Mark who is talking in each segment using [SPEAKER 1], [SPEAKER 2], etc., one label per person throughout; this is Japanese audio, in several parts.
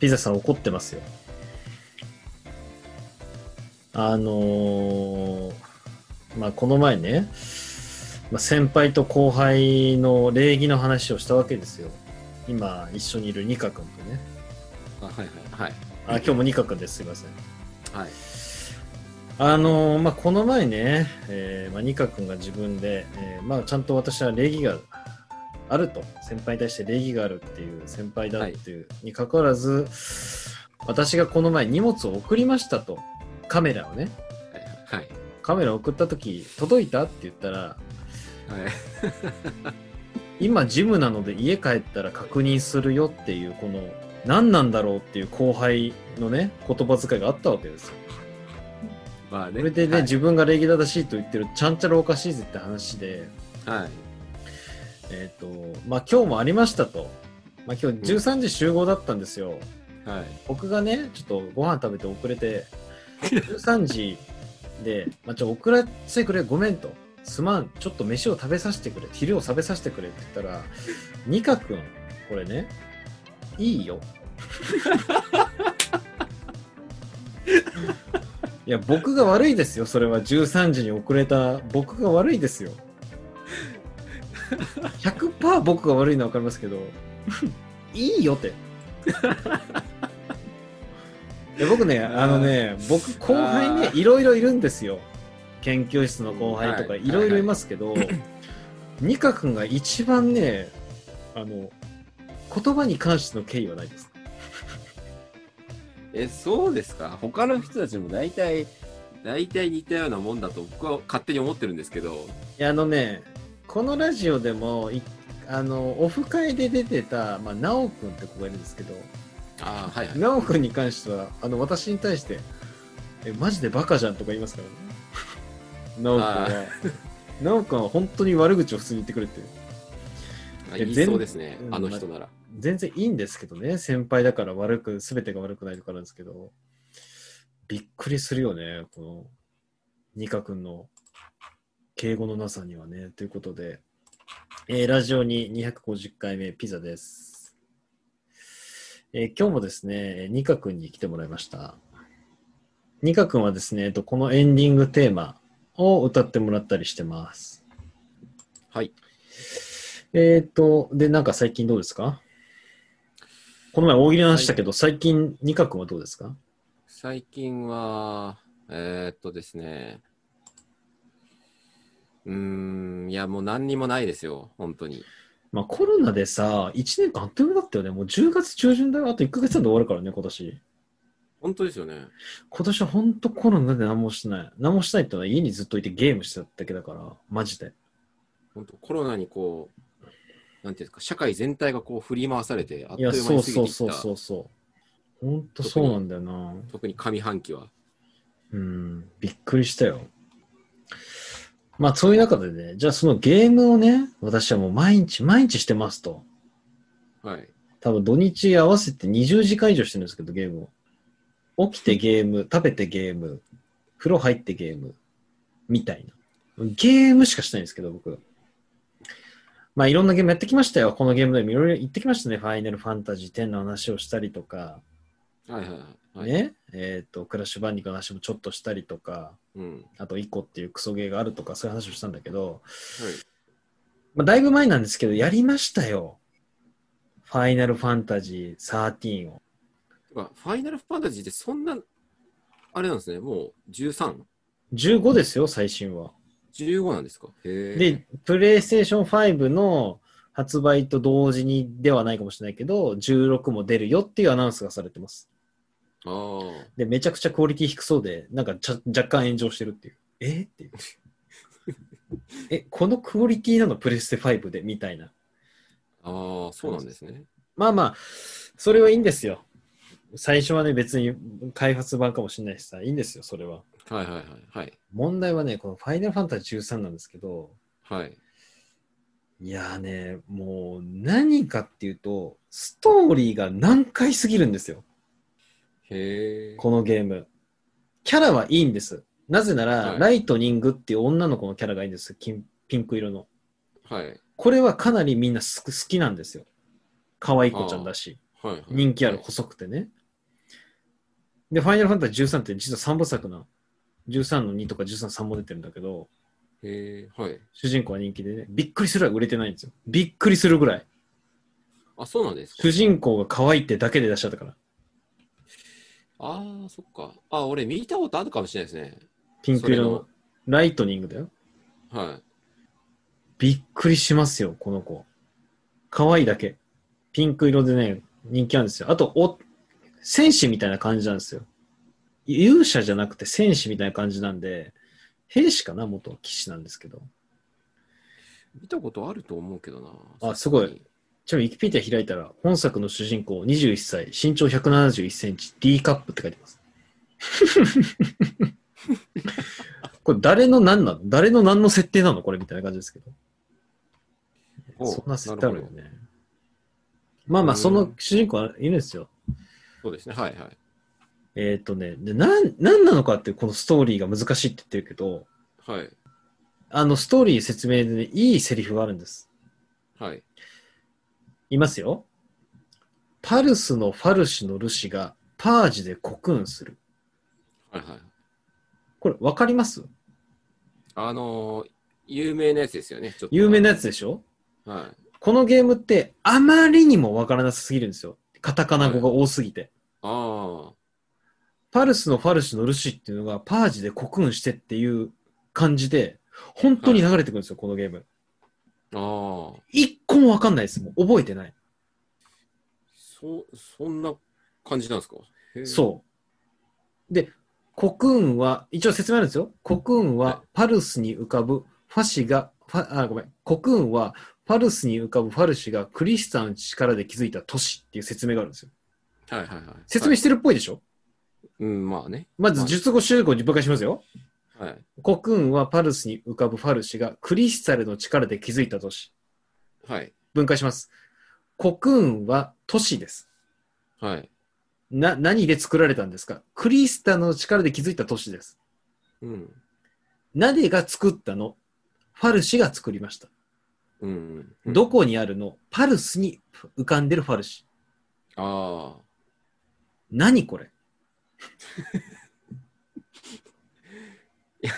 [SPEAKER 1] ピザさん怒ってますよ。あのーまあ、この前ね、まあ、先輩と後輩の礼儀の話をしたわけですよ。今、一緒にいるニカ君とね。
[SPEAKER 2] あはいはいはい
[SPEAKER 1] あ、今日もニカ君です。すいません。
[SPEAKER 2] はい
[SPEAKER 1] あのーまあ、この前ね、えーまあ、ニカ君が自分で、えーまあ、ちゃんと私は礼儀があると、先輩に対して礼儀があるっていう、先輩だっていう、にかかわらず、私がこの前荷物を送りましたと、カメラをね、
[SPEAKER 2] はい
[SPEAKER 1] カメラ送った時届いたって言ったら、
[SPEAKER 2] はい はい
[SPEAKER 1] 今ジムなので家帰ったら確認するよっていう、この、何なんだろうっていう後輩のね、言葉遣いがあったわけですよ。
[SPEAKER 2] まあね
[SPEAKER 1] それでね、
[SPEAKER 2] はい
[SPEAKER 1] 自分が礼儀正しいと言ってる、ちゃんちゃらおかしいぜって話で、
[SPEAKER 2] はい
[SPEAKER 1] えっ、と、まあ、今日もありましたと。まあ、今日13時集合だったんですよ。
[SPEAKER 2] はい
[SPEAKER 1] 僕がね、ちょっとご飯食べて遅れて、13時で、まあ、ちょ、遅らせてくれ、ごめんと。すまん、ちょっと飯を食べさせてくれ、昼を食べさせてくれって言ったら、ニカ君、これね、いいよ。いや、僕が悪いですよ、それは。13時に遅れた僕が悪いですよ。100%僕が悪いのは分かりますけど、いいよって。いや僕ね、あのね、僕、後輩ね
[SPEAKER 2] あ、
[SPEAKER 1] いろいろいるんですよ。研究室の後輩とか、
[SPEAKER 2] はい
[SPEAKER 1] いろいろいますけ ど、ニカ君が一番ね、あの、言葉に関しての敬意はないです。
[SPEAKER 2] えそうですか他の人たちも大体大体似たようなもんだと僕は勝手に思ってるんですけど
[SPEAKER 1] いや、あのね、このラジオでも、いあの、オフ会で出てた、まあ、ナオ君って子がいるんですけど、
[SPEAKER 2] ああはいはい
[SPEAKER 1] ナオ君に関しては、あの、私に対して、え、マジでバカじゃんとか言いますからね。 ナオ君
[SPEAKER 2] あ
[SPEAKER 1] は。ナオ君は本当に悪口を普通に言ってくれてる。
[SPEAKER 2] あ
[SPEAKER 1] え
[SPEAKER 2] 言いそうですね
[SPEAKER 1] 全
[SPEAKER 2] あの人なら
[SPEAKER 1] 全然いいんですけどね先輩だから悪く全てが悪くないからですけどびっくりするよねこのニカ君の敬語のなさにはねということで、えーラジオに250回目ピザです、えー今日もですねニカ君に来てもらいましたニカ君はですねえっとこのエンディングテーマを歌ってもらったりしてます
[SPEAKER 2] はい
[SPEAKER 1] えーっと、で、なんか最近どうですかこの前大喜利の話したけど、最近、ニカ君はどうですか
[SPEAKER 2] 最近はえー、っとですねうーんいやもう何にもないですよ本当に
[SPEAKER 1] まあコロナでさ、1年間あっという間だったよね。もう10月中旬だよ。あと1ヶ月で終わるからね、今年。
[SPEAKER 2] 本当ですよね
[SPEAKER 1] 今年はほんとコロナで何もしてない。何もしてないってのは家にずっといてゲームしてただけだから、マジで。
[SPEAKER 2] 本当コロナにこうなんていうんですか社会全体がこう振り回されてあ
[SPEAKER 1] い
[SPEAKER 2] っとい
[SPEAKER 1] や、
[SPEAKER 2] う間
[SPEAKER 1] そう
[SPEAKER 2] に過ぎて
[SPEAKER 1] そ
[SPEAKER 2] いうっ
[SPEAKER 1] そうそう
[SPEAKER 2] た
[SPEAKER 1] そう。ほんとそうなんだよな。
[SPEAKER 2] 特に上半期は
[SPEAKER 1] うん、びっくりしたよ。まあそういう中でね、じゃあそのゲームをね、私はもう毎日毎日してますと。
[SPEAKER 2] はい
[SPEAKER 1] 多分土日合わせて20時間以上してるんですけど、ゲームを。起きてゲーム、食べてゲーム、風呂入ってゲーム、みたいな。ゲームしかしないんですけど、僕。まあ、いろんなゲームやってきましたよ。このゲームでもいろいろ言ってきましたね。ファイナルファンタジー10の話をしたりとか、
[SPEAKER 2] はいはいはい、
[SPEAKER 1] ね。えっ、と、クラッシュバンニクの話もちょっとしたりとか、
[SPEAKER 2] うん
[SPEAKER 1] あと、イコっていうクソゲーがあるとか、そういう話をしたんだけど、
[SPEAKER 2] はい
[SPEAKER 1] まあ、だいぶ前なんですけど、やりましたよ。ファイナルファンタジー13を。
[SPEAKER 2] てかファイナルファンタジーってそんな、あれなんですね、もう 13?15
[SPEAKER 1] 15ですよ、最新は。
[SPEAKER 2] なんですかへえ。
[SPEAKER 1] で、プレイステーション5の発売と同時にではないかもしれないけど、16も出るよっていうアナウンスがされてます。
[SPEAKER 2] ああ。
[SPEAKER 1] で、めちゃくちゃクオリティ低そうで、なんかちゃ若干炎上してるっていう。えっていう。え、このクオリティなのプレステ5でみたいな。
[SPEAKER 2] ああ、そうなんですね。
[SPEAKER 1] まあまあ、それはいいんですよ。最初はね、別に開発版かもしれないしさ、いいんですよ、それは。
[SPEAKER 2] はいはいはい。はい。
[SPEAKER 1] 問題はね、このファイナルファンタジー13なんですけど、
[SPEAKER 2] はい。
[SPEAKER 1] いやーね、もう何かっていうと、ストーリーが難解すぎるんですよ、
[SPEAKER 2] へえ。
[SPEAKER 1] このゲーム。キャラはいいんです。なぜなら、
[SPEAKER 2] はい
[SPEAKER 1] ライトニングっていう女の子のキャラがいいんです金ピンク色の。
[SPEAKER 2] はい。
[SPEAKER 1] これはかなりみんなす好きなんですよ。可愛い子ちゃんだし。
[SPEAKER 2] はいはい。
[SPEAKER 1] 人気ある、細くてね。で、ファイナルファンタジー13って実は3部作なの。13の2とか13、3も出てるんだけど、
[SPEAKER 2] へえ、はい。
[SPEAKER 1] 主人公は人気でね、びっくりするぐらい売れてないんですよ。びっくりするぐらい。
[SPEAKER 2] あ、そうなんですか。
[SPEAKER 1] 主人公が可愛いってだけで出しちゃったから。
[SPEAKER 2] ああ、そっか。あ、俺見たことあるかもしれないですね。
[SPEAKER 1] ピンク色のライトニングだよ。
[SPEAKER 2] は
[SPEAKER 1] びっくりしますよ、この子。可愛いだけ。ピンク色でね、人気あるんですよ。あと、お、戦士みたいな感じなんですよ。勇者じゃなくて戦士みたいな感じなんで、兵士かな元騎士なんですけど。
[SPEAKER 2] い。見たことあると思うけどな。
[SPEAKER 1] あすごい。ちなみに、ウィキペディア開いたら、本作の主人公21歳、身長171センチ、D カップって書いてます。これ誰の何なの誰の何の設定なのこれみたいな感じですけど。
[SPEAKER 2] お
[SPEAKER 1] そんな設定あるよ
[SPEAKER 2] なほ
[SPEAKER 1] ね。まあまあ、
[SPEAKER 2] うん
[SPEAKER 1] その主人公はいるんですよ。
[SPEAKER 2] どそうですね。はいはい。
[SPEAKER 1] えーっ、とね、でなん、なんなのかってこのストーリーが難しいって言ってるけど、
[SPEAKER 2] はい。
[SPEAKER 1] あのストーリー説明で、ね、いいセリフがあるんです。
[SPEAKER 2] はい。
[SPEAKER 1] いますよ。パルスのファルシのルシがパージでコクーンする。
[SPEAKER 2] はいはい。
[SPEAKER 1] これわかります
[SPEAKER 2] あのー、有名なやつですよね。ちょっと
[SPEAKER 1] 有名なやつでしょ
[SPEAKER 2] は
[SPEAKER 1] このゲームってあまりにもわからなさすぎるんですよ。カタカナ語が多すぎて。
[SPEAKER 2] い。あ
[SPEAKER 1] パルスのファルシのルシっていうのがパージでコクーンしてっていう感じで、本当に流れてくるんですよ、このゲーム。
[SPEAKER 2] あ。ああ。
[SPEAKER 1] 一個もわかんないです。もう覚えてない。
[SPEAKER 2] そ、そんな感じなんですかへえ
[SPEAKER 1] そう。で、コクーンは、一応説明あるんですよ。コクーン
[SPEAKER 2] はい
[SPEAKER 1] はパルスに浮かぶファシが、ファあ、ごめん。コクーンはパルスに浮かぶファルシがクリスタンの力で築いた都市っていう説明があるんですよ。
[SPEAKER 2] はいはいはい。
[SPEAKER 1] 説明してるっぽいでしょ、
[SPEAKER 2] うん、まあね。
[SPEAKER 1] まず、術語集合に分解しますよ。
[SPEAKER 2] はい。
[SPEAKER 1] コクーンはパルスに浮かぶファルシがクリスタルの力で築いた都市。
[SPEAKER 2] はい。
[SPEAKER 1] 分解します。コクーンは都市です。
[SPEAKER 2] はい。
[SPEAKER 1] な、何で作られたんですかクリスタルの力で築いた都市です。
[SPEAKER 2] うん。
[SPEAKER 1] 何が作ったのファルシが作りました。
[SPEAKER 2] うん。うん
[SPEAKER 1] どこにあるのパルスに浮かんでるファルシ。
[SPEAKER 2] ああ。
[SPEAKER 1] 何これ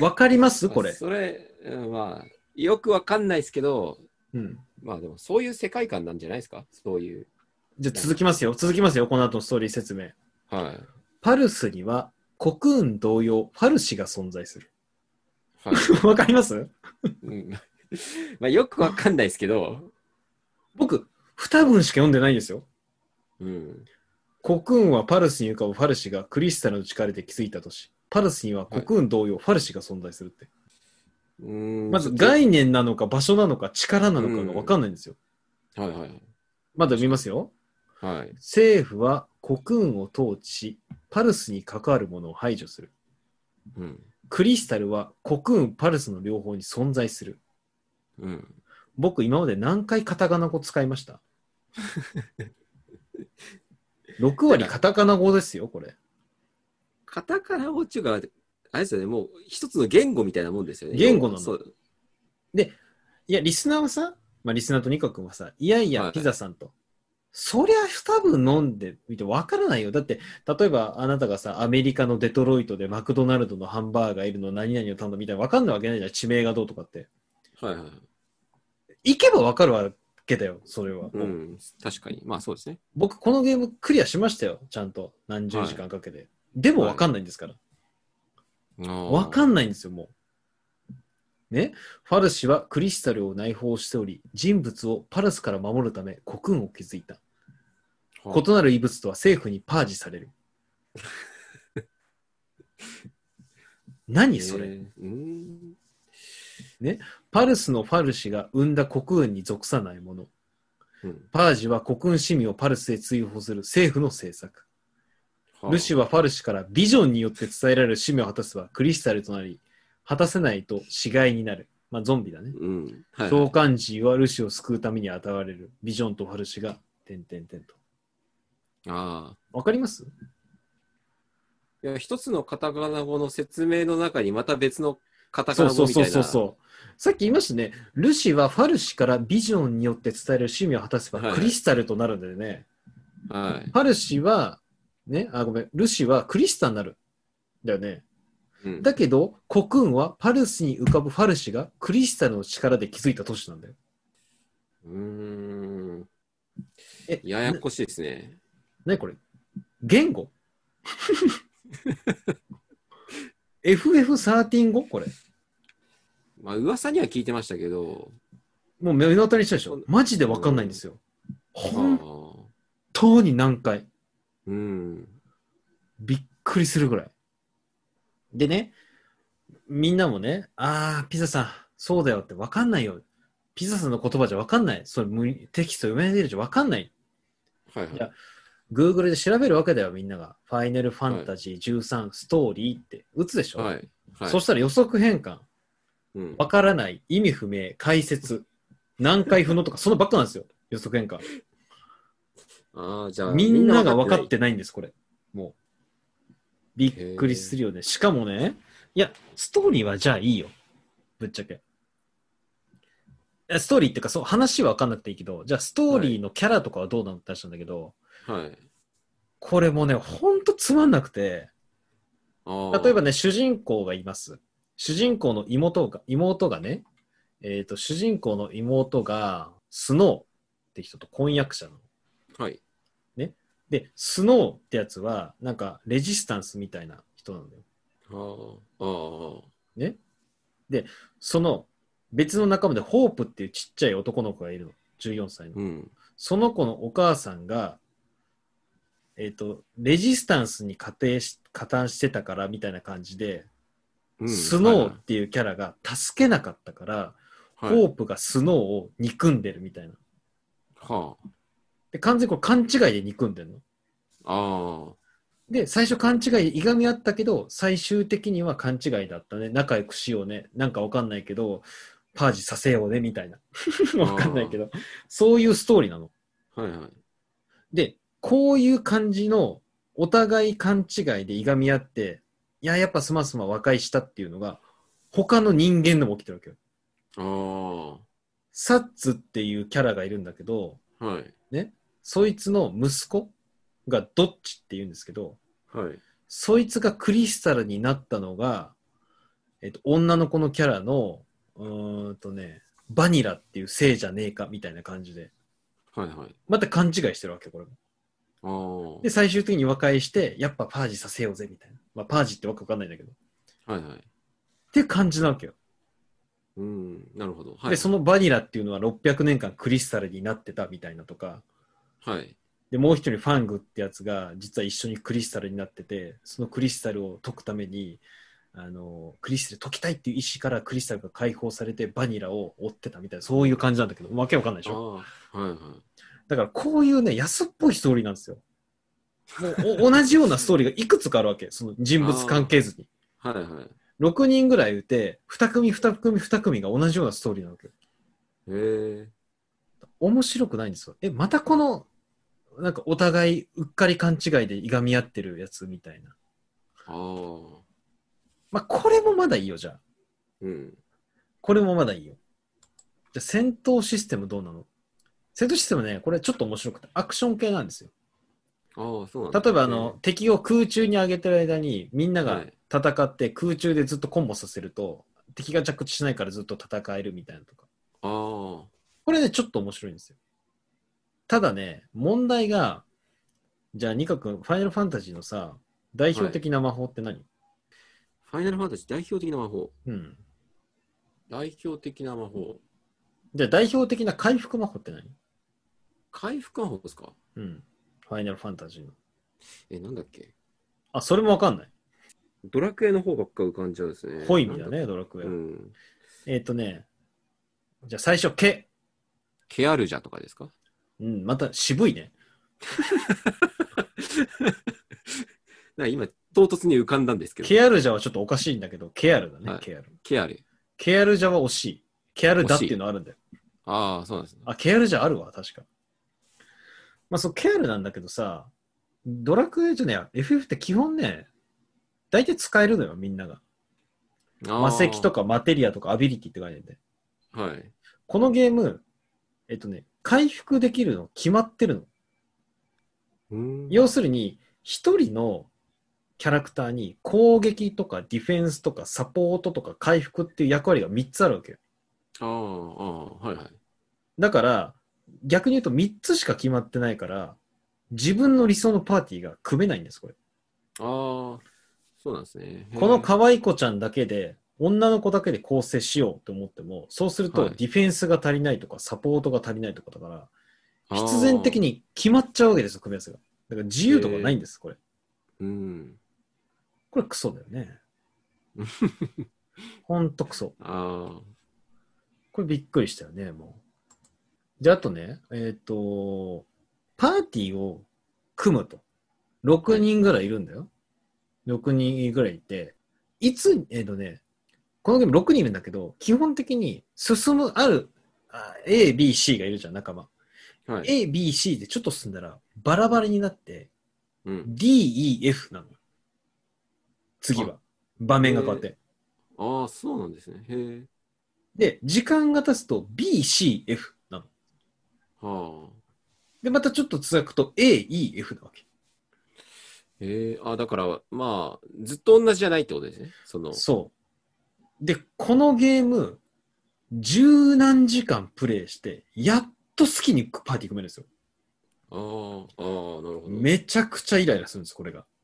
[SPEAKER 1] わかります
[SPEAKER 2] まあ
[SPEAKER 1] これ。
[SPEAKER 2] それ、うんまあ、よくわかんないですけど、
[SPEAKER 1] うん。
[SPEAKER 2] まあでも、そういう世界観なんじゃないですかそういう。
[SPEAKER 1] じゃあ続きますよ。続きますよ。この後のストーリー説明。
[SPEAKER 2] はい。
[SPEAKER 1] パルスにはコクーン同様、ファルシが存在する。
[SPEAKER 2] はい。
[SPEAKER 1] わかります
[SPEAKER 2] うんまあ、よくわかんないですけど、
[SPEAKER 1] 僕、二文しか読んでないんですよ。
[SPEAKER 2] うん。
[SPEAKER 1] コクーンはパルスに浮かぶファルシがクリスタルの力で築いた都市。パルスにはコクーン同様、ファルシが存在するって。
[SPEAKER 2] うん
[SPEAKER 1] まず
[SPEAKER 2] はい
[SPEAKER 1] 概念なのか場所なのか力なのかが分かんないんですよ。
[SPEAKER 2] はいはい。
[SPEAKER 1] まだ見ますよ。
[SPEAKER 2] はい。
[SPEAKER 1] 政府はコクーンを統治し、パルスに関わるものを排除する。
[SPEAKER 2] うん。
[SPEAKER 1] クリスタルはコクーン、パルスの両方に存在する。
[SPEAKER 2] うん。
[SPEAKER 1] 僕、今まで何回カタカナ語使いました ?6 割カタカナ語ですよ、これ。
[SPEAKER 2] カタカナ語っていうか、あれですよね、もう一つの言語みたいなもんですよね。
[SPEAKER 1] 言語なの
[SPEAKER 2] そう
[SPEAKER 1] いや、リスナーはさ、まあ、リスナーとニカ君はさ、いやい
[SPEAKER 2] は
[SPEAKER 1] や、
[SPEAKER 2] い
[SPEAKER 1] ピザさんと。そりゃ多分飲んでみてわからないよ。だって、例えばあなたがさ、アメリカのデトロイトでマクドナルドのハンバーガーいるの何々を頼んだみたいなわかんないわけないじゃん。地名がどうとかって。
[SPEAKER 2] はいはいはい。
[SPEAKER 1] 行けばわかるわけだよ、それは。
[SPEAKER 2] うん。確かに。まあそうですね。
[SPEAKER 1] 僕、このゲームクリアしましたよ、ちゃんと。何十時間かけて。でもわかんないんですから。わ
[SPEAKER 2] わ
[SPEAKER 1] か
[SPEAKER 2] ん
[SPEAKER 1] んないんですよ、もう。ね、ファルシはクリスタルを内包しており、人物をパルスから守るため、コクーンを築いた。
[SPEAKER 2] こ
[SPEAKER 1] 異なる異物とは政府にパージされる。何それ、
[SPEAKER 2] うん。
[SPEAKER 1] パルスのファルシが生んだコクーンに属さないもの。
[SPEAKER 2] うん
[SPEAKER 1] パージはコクーン市民をパルスへ追放する政府の政策。ルシはファルシからビジョンによって伝えられる使命を果たすはクリスタルとなり、果たせないと死骸になる。まあゾンビだね。
[SPEAKER 2] うん。はいはい。
[SPEAKER 1] 召喚獣はルシを救うために現れる。ビジョンとファルシが、点々点と。
[SPEAKER 2] ああ。
[SPEAKER 1] わかります
[SPEAKER 2] いや、一つのカタカナ語の説明の中にまた別のカタカ
[SPEAKER 1] そう
[SPEAKER 2] ナ
[SPEAKER 1] そ
[SPEAKER 2] 語
[SPEAKER 1] うそ
[SPEAKER 2] みたいうな。
[SPEAKER 1] そうそう。さっき言いましたね、ルシはファルシからビジョンによって伝える使命を果たせば
[SPEAKER 2] はい
[SPEAKER 1] クリスタルとなるんでね、
[SPEAKER 2] はい。
[SPEAKER 1] パルシは、ね、あ、ごめん、ルシはクリスタンになる。だよね。
[SPEAKER 2] うん、
[SPEAKER 1] だけど、コクーンはパルスに浮かぶファルシがクリスタルの力で築いた都市なんだよ。
[SPEAKER 2] うーん。
[SPEAKER 1] え、
[SPEAKER 2] ややこしいですね。
[SPEAKER 1] なにこれ言語 ?FF13 語これ。
[SPEAKER 2] まあ、噂には聞いてましたけど、
[SPEAKER 1] もう目の当たりにしたでしょマジでわかんないんですよ。本
[SPEAKER 2] ああ
[SPEAKER 1] 当に何回
[SPEAKER 2] うん。
[SPEAKER 1] びっくりするぐらい。でね、みんなもね、あー、ピザさん、そうだよって分かんないよ。ピザさんの言葉じゃ分かんない。それむテキスト読めないじゃ分かんない。
[SPEAKER 2] はいはい
[SPEAKER 1] い。や Google で調べるわけだよ、みんなが。ファイナルファンタジー13、ストーリーって打つでしょ、
[SPEAKER 2] はい。はい。
[SPEAKER 1] そしたら予測変換。
[SPEAKER 2] うん、
[SPEAKER 1] 分からない、意味不明、解説、難解不能とか、そのばっかなんですよ。予測変換。
[SPEAKER 2] ああ、じゃあ、
[SPEAKER 1] みんなが分か
[SPEAKER 2] ない
[SPEAKER 1] ってないんです、これ。もう。びっくりするよね。しかもね、いや、ストーリーはじゃあいいよ。ぶっちゃけ。いやストーリーっていうか、そう、話は分かんなくていいけど、じゃあストーリーのキャラとかはどうなのって話なんだけど、
[SPEAKER 2] はい。
[SPEAKER 1] これもね、ほんとつまんなくて、
[SPEAKER 2] ああ
[SPEAKER 1] 例えばね、主人公がいます。主人公の妹が、妹がね、えっ、と、主人公の妹が、スノーって人と婚約者なの。
[SPEAKER 2] はい。
[SPEAKER 1] で、スノーってやつは、なんか、レジスタンスみたいな人なんだよ。
[SPEAKER 2] あーあー。
[SPEAKER 1] その、別の仲間で、ホープっていうちっちゃい男の子がいるの。14歳の。
[SPEAKER 2] うん。
[SPEAKER 1] その子のお母さんが、えっ、と、レジスタンスに加定し、加担してたから、みたいな感じで、
[SPEAKER 2] うん
[SPEAKER 1] スノーっていうキャラが助けなかったから、
[SPEAKER 2] はいはい
[SPEAKER 1] ホープがスノーを憎んでるみたいな。
[SPEAKER 2] は
[SPEAKER 1] で、完全にこれ勘違いで憎んでるの。
[SPEAKER 2] あ。あ
[SPEAKER 1] で、最初勘違いでいがみ合ったけど、最終的には勘違いだったね。仲良くしようね。なんかわかんないけど、パージさせようね、みたいな。 わかんないけど。そういうストーリーなの。
[SPEAKER 2] あ。はいはい。
[SPEAKER 1] で、こういう感じの、お互い勘違いでいがみ合って、いや、やっぱスマスマ和解したっていうのが、他の人間でも起きてるわけよ。
[SPEAKER 2] ああ。
[SPEAKER 1] サッツっていうキャラがいるんだけど、
[SPEAKER 2] はい。
[SPEAKER 1] そいつの息子がどっちって言うんですけど、
[SPEAKER 2] はい。
[SPEAKER 1] そいつがクリスタルになったのが、えっと、女の子のキャラの、うーんとね、バニラっていうせいじゃねえかみたいな感じで、
[SPEAKER 2] はいはい。
[SPEAKER 1] また勘違いしてるわけ、これも。
[SPEAKER 2] ああ。
[SPEAKER 1] で、最終的に和解して、やっぱパージさせようぜ、みたいな。まあ、パージってわけわかんないんだけど。っ
[SPEAKER 2] はいはい。
[SPEAKER 1] ていう感じなわけよ。
[SPEAKER 2] うん。なるほど。はい。
[SPEAKER 1] で、そのバニラっていうのは600年間クリスタルになってたみたいなとか、
[SPEAKER 2] はい。
[SPEAKER 1] で、もう一人ファングってやつが、実は一緒にクリスタルになってて、そのクリスタルを解くために、あの、クリスタル解きたいっていう意志からクリスタルが解放されてバニラを追ってたみたいな、そういう感じなんだけど、わけわかんないでし
[SPEAKER 2] あ
[SPEAKER 1] ょ
[SPEAKER 2] あ。はいはい。
[SPEAKER 1] だからこういうね、安っぽいストーリーなんですよ。もうお同じようなストーリーがいくつかあるわけ、その人物関係図に。
[SPEAKER 2] はいはい。
[SPEAKER 1] 6人ぐらいいて、2組、2組、2組が同じようなストーリーなわけ。
[SPEAKER 2] へえ。
[SPEAKER 1] 面白くないんですよ。え、またこの、なんかお互いうっかり勘違いでいがみ合ってるやつみたいな。
[SPEAKER 2] ああ。
[SPEAKER 1] まあ、これもまだいいよ、じゃあ。
[SPEAKER 2] うん。
[SPEAKER 1] これもまだいいよ。じゃあ、戦闘システムどうなの戦闘システムね、これちょっと面白くて、アクション系なんですよ。
[SPEAKER 2] ああ、そうなんだ
[SPEAKER 1] 例えば、あの、、敵を空中に上げてる間に、みんな
[SPEAKER 2] は
[SPEAKER 1] が
[SPEAKER 2] い
[SPEAKER 1] 戦って、空中でずっとコンボさせると、敵が着地しないからずっと戦えるみたいなとか。
[SPEAKER 2] ああ。
[SPEAKER 1] これね、ちょっと面白いんですよ。ただね、問題が、じゃあ、ニカ君、ファイナルファンタジーのさ、代表的な魔法って何、
[SPEAKER 2] ファイナルファンタジー代表的な魔法。
[SPEAKER 1] うん。
[SPEAKER 2] 代表的な魔法。
[SPEAKER 1] じゃあ、代表的な回復魔法って何
[SPEAKER 2] 回復魔法ですか
[SPEAKER 1] うん。ファイナルファンタジーの。
[SPEAKER 2] え、なんだっけ
[SPEAKER 1] あ、それもわかんない。
[SPEAKER 2] ドラクエの方ばっか浮かんじゃうですね。
[SPEAKER 1] 濃い意味だ
[SPEAKER 2] なんっ
[SPEAKER 1] ね、ドラク
[SPEAKER 2] け。
[SPEAKER 1] エ。
[SPEAKER 2] うん。
[SPEAKER 1] えっ、とね、じゃあ最初、け。
[SPEAKER 2] ケアルジャとかですか
[SPEAKER 1] うん、また渋いね。
[SPEAKER 2] なんか今、唐突に浮かんだんですけど。
[SPEAKER 1] ケアルジャはちょっとおかしいんだけど、ケアルだね、
[SPEAKER 2] はい
[SPEAKER 1] ケアル。
[SPEAKER 2] ケアル。
[SPEAKER 1] ケアルジャは惜しい。ケアルだっていうのあるんだよ。
[SPEAKER 2] ああ、そうなんですね。
[SPEAKER 1] あ、ケアルジャあるわ、確か。まあ、そう、ケアルなんだけどさ、ドラクエじゃねえや、FF って基本ね、大体使えるのよ、みんなが。魔
[SPEAKER 2] 魔
[SPEAKER 1] 石とかマテリアとかアビリティって書いてあるんで。
[SPEAKER 2] か。はい。
[SPEAKER 1] このゲーム、えっとね、回復できるの決まってるの。
[SPEAKER 2] うん
[SPEAKER 1] 要するに、一人のキャラクターに攻撃とかディフェンスとかサポートとか回復っていう役割が3つあるわけよ。
[SPEAKER 2] ああ、ああ、はいはい。
[SPEAKER 1] だから、逆に言うと3つしか決まってないから、自分の理想のパーティーが組めないんです、これ。
[SPEAKER 2] ああ、そうなんですね。
[SPEAKER 1] この可愛い子ちゃんだけで、女の子だけで構成しようと思っても、そうすると
[SPEAKER 2] はい
[SPEAKER 1] ディフェンスが足りないとか、サポートが足りないとかだから、
[SPEAKER 2] へー
[SPEAKER 1] 必然的。に決まっちゃうわけですよ、組み合わせが。だから自由とかないんです、これ。
[SPEAKER 2] あーうん。
[SPEAKER 1] これクソだよ ね。ほんとクソ。
[SPEAKER 2] あ
[SPEAKER 1] これびっくりしたよね、もう。で、あとね、えっ、と、パーティーを組むと。6人ぐらいいるんだよ。6人ぐらいいて、いつ、えっ、とね、このゲーム6人いるんだけど、基本的に進む、ある、あ A、B、C がいるじゃん、仲間。
[SPEAKER 2] あ、はい。
[SPEAKER 1] A、B、C でちょっと進んだら、バラバラになって、
[SPEAKER 2] うん。
[SPEAKER 1] D、E、F なの。次は。場面が変わって。
[SPEAKER 2] ああ、そうなんですね。へえ。
[SPEAKER 1] で、時間が経つと B、C、F なの。
[SPEAKER 2] はあ。
[SPEAKER 1] で、またちょっと続くと A、E、F なわけ。
[SPEAKER 2] へえ。あだから、まあ、ずっと同じじゃないってことですね。その。
[SPEAKER 1] そう。で、このゲーム、十何時間プレイして、やっと好きにパーティー組めるんですよ。
[SPEAKER 2] あーあー、なるほど。
[SPEAKER 1] めちゃくちゃイライラするんです、これが。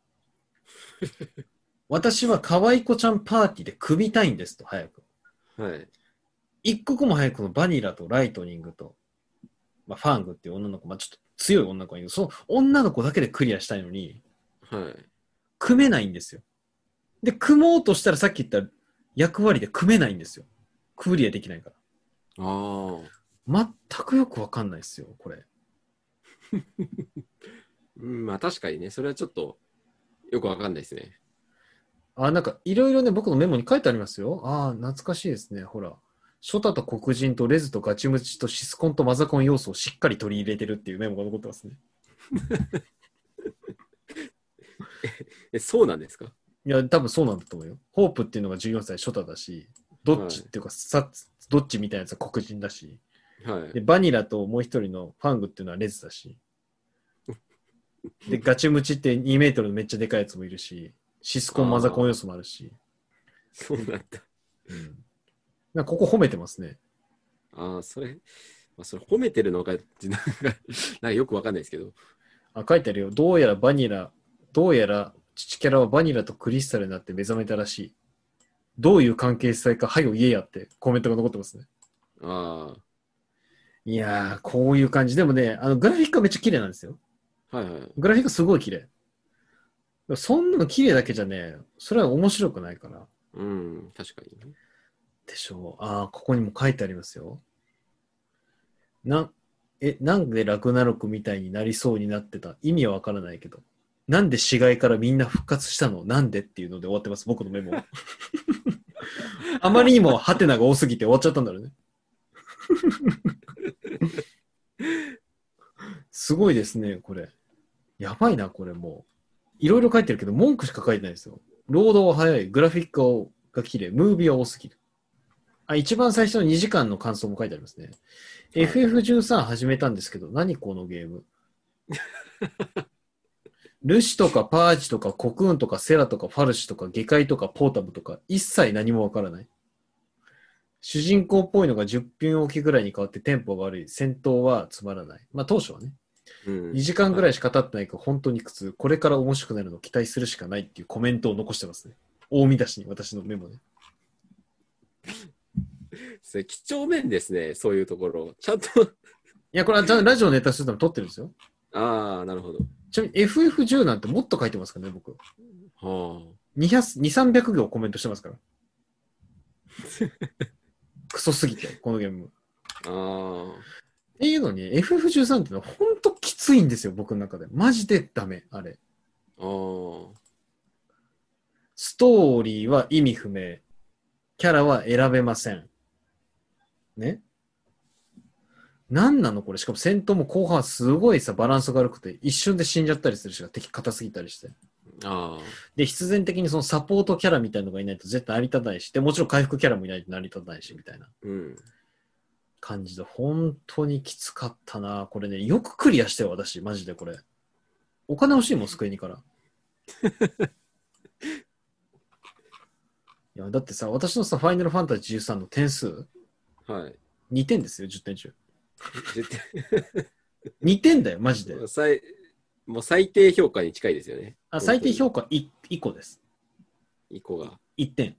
[SPEAKER 1] 私は可愛い子ちゃんパーティーで組みたいんですと、早く。
[SPEAKER 2] はい。
[SPEAKER 1] 一刻も早くこのバニラとライトニングと、まあ、ファングっていう女の子、まあ、ちょっと強い女の子がいるその女の子だけでクリアしたいのに、
[SPEAKER 2] はい。
[SPEAKER 1] 組めないんですよ。で、組もうとしたらさっき言った役割で組めないんですよ。クリアできないから。
[SPEAKER 2] ああ。
[SPEAKER 1] 全くよくわかんないですよ、これ。
[SPEAKER 2] うん、まあ確かにね、それはちょっと、よくわかんないですね。
[SPEAKER 1] あ、なんかいろいろね、僕のメモに書いてありますよ。ああ、懐かしいですね、ほら。ショタと黒人とレズとガチムチとシスコンとマザコン要素をしっかり取り入れてるっていうメモが残ってますね。
[SPEAKER 2] え、そうなんですか
[SPEAKER 1] いや、多分そうなんだと思うよ。ホープっていうのが14歳ショタだし、どっちっていうか、さどっちみたいなやつは黒人だし、
[SPEAKER 2] は
[SPEAKER 1] で、バニラともう一人のファングっていうのはレズだし。で、ガチムチって2メートルのめっちゃでかいやつもいるし、シスコン、マザコン要素もあるし。
[SPEAKER 2] い。そうなんだ。
[SPEAKER 1] うんなんかここ褒めてますね。
[SPEAKER 2] ああ、それ、まあ、それ褒めてるのか、なんか、なんかよくわかんないですけど。
[SPEAKER 1] あ、書いてあるよ。どうやらバニラ、どうやら父キャラはバニラとクリスタルになって目覚めたらしい。どういう関係性か、はよ言えやってコメントが残ってますね。
[SPEAKER 2] あ
[SPEAKER 1] いやー、こういう感じ。でもね、あの、グラフィックはめっちゃ綺麗なんですよ。
[SPEAKER 2] あ、はいはい。
[SPEAKER 1] グラフィックすごい綺麗。そんなの綺麗だけじゃね、それは面白くないから。
[SPEAKER 2] うん、確かにね。
[SPEAKER 1] でしょう。ああ、ここにも書いてありますよ。なん、え、なんでラグナロクみたいになりそうになってた意味はわからないけど。なんで死骸からみんな復活したのなんでっていうので終わってます、僕のメモ。あまりにもハテナが多すぎて終わっちゃったんだろうね。すごいですね、これ。やばいな、これもう。いろいろ書いてるけど、文句しか書いてないですよ。労働は早い、グラフィックが綺麗、ムービーは多すぎる。あ、一番最初の2時間の感想も書いてありますね。
[SPEAKER 2] はい
[SPEAKER 1] FF13 始めたんですけど、何このゲ ーム。ルシとかパーチとかコクーンとかセラとかファルシとか下界とかポータブとか一切何もわからない。主人公っぽいのが10分おきぐらいに変わってテンポが悪い。戦闘はつまらない。まあ当初はね。
[SPEAKER 2] うん
[SPEAKER 1] 2時間ぐらいしか経ってないから本当に苦痛。これから面白くなるのを期待するしかないっていうコメントを残してますね。大見出しに私のメモで。
[SPEAKER 2] それ、几帳面ですね、そういうところ。ちゃんと、
[SPEAKER 1] いや、これはちゃんとラジオネタするために撮ってるんですよ。
[SPEAKER 2] ああ、なるほど。
[SPEAKER 1] ちなみに FF10 なんてもっと書いてますからね、僕。
[SPEAKER 2] は
[SPEAKER 1] 200、300行コメントしてますから。クソすぎて、このゲーム。
[SPEAKER 2] あ。
[SPEAKER 1] っ
[SPEAKER 2] ああ。
[SPEAKER 1] ていうのに、FF13 ってのはほんときついんですよ、僕の中で。マジでダメ、あれ。
[SPEAKER 2] ああ。
[SPEAKER 1] ストーリーは意味不明。キャラは選べません。ねなんなのこれしかも戦闘も後半すごいさ、バランスが悪くて、一瞬で死んじゃったりするしか敵硬すぎたりして。
[SPEAKER 2] ああ。
[SPEAKER 1] で、必然的にそのサポートキャラみたいのがいないと絶対成り立たないし、で、もちろん回復キャラもいないと成り立たないし、みたいな
[SPEAKER 2] うん。
[SPEAKER 1] 感じで、本当にきつかったな。これね、よくクリアしてよ、私、マジでこれ。お金欲しいもん、机にから。いや、だってさ、私のさ、ファイナルファンタジー13の点数、
[SPEAKER 2] はい。
[SPEAKER 1] 2点ですよ、10点中。
[SPEAKER 2] 絶対
[SPEAKER 1] 2点だよ、マジで
[SPEAKER 2] も。う最もう最低評価に近いですよね。
[SPEAKER 1] あ最低評価 1, 一個です。
[SPEAKER 2] 1個が
[SPEAKER 1] 1点。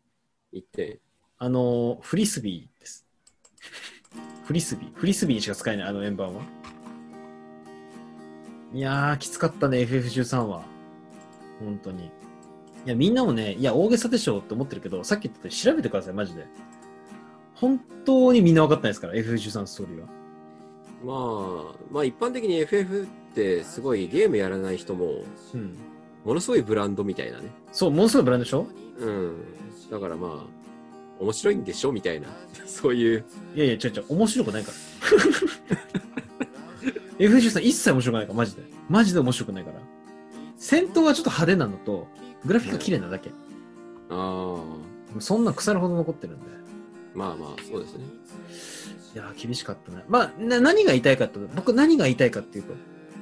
[SPEAKER 2] 1点。
[SPEAKER 1] あのー、フリスビーです。フリスビー。フリスビーにしか使えない、あの円盤は。いやー、きつかったね、FF13 は。本当に。いや、みんなもね、いや、大げさでしょって思ってるけど、さっき言ったとおり調べてください、マジで。本当にみんな分かってないですから、FF13 ストーリーは。
[SPEAKER 2] まあ、まあ一般的に FF ってすごいゲームやらない人も、
[SPEAKER 1] うん。
[SPEAKER 2] ものすごいブランドみたいなね。
[SPEAKER 1] そう、ものすごいブランドでしょ
[SPEAKER 2] うん。だからまあ、面白いんでしょみたいな。 そういう。
[SPEAKER 1] いやいや、違う違う、面白くないから。FG さん一切面白くないから、マジで。マジで面白くないから。戦闘はちょっと派手なのと、グラフィック綺麗なだけ。
[SPEAKER 2] あ
[SPEAKER 1] そんな腐るほど残ってるんで。
[SPEAKER 2] あ、まあまあ、そうですね。
[SPEAKER 1] いやー、厳しかったな。まあ、な何が言いたいかって、僕何が言いたいかっていうと、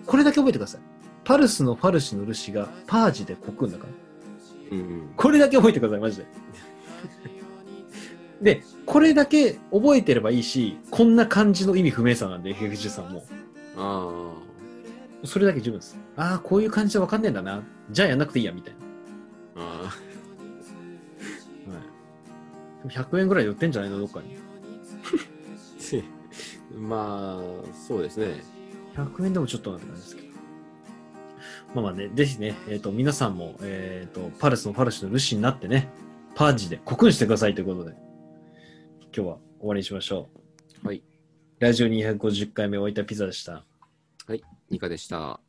[SPEAKER 1] これだけ覚えてください。パルスのファルシのルシがパージでコくんだから。
[SPEAKER 2] うんうん。
[SPEAKER 1] これだけ覚えてください、マジで。で、これだけ覚えてればいいし、こんな感じの意味不明さなんで、FG さんも。
[SPEAKER 2] あ
[SPEAKER 1] それだけ十分です。ああ、こういう感じでわかんねえんだな。じゃあやんなくていいや、みたい
[SPEAKER 2] あ、あ
[SPEAKER 1] な。はい、でも100円ぐらいで売ってんじゃないの、どっかに。
[SPEAKER 2] あ。 まあ、そうですね。
[SPEAKER 1] 100円でもちょっとなって感じですけど。まあまあね、ぜひね、えっ、と、皆さんも、えっ、と、パルスのパルシのルシになってね、パージでコクンしてくださいということで、今日は終わりにしましょう。
[SPEAKER 2] はい。
[SPEAKER 1] ラジオ250回目、置いたピザでした。
[SPEAKER 2] ニカでした。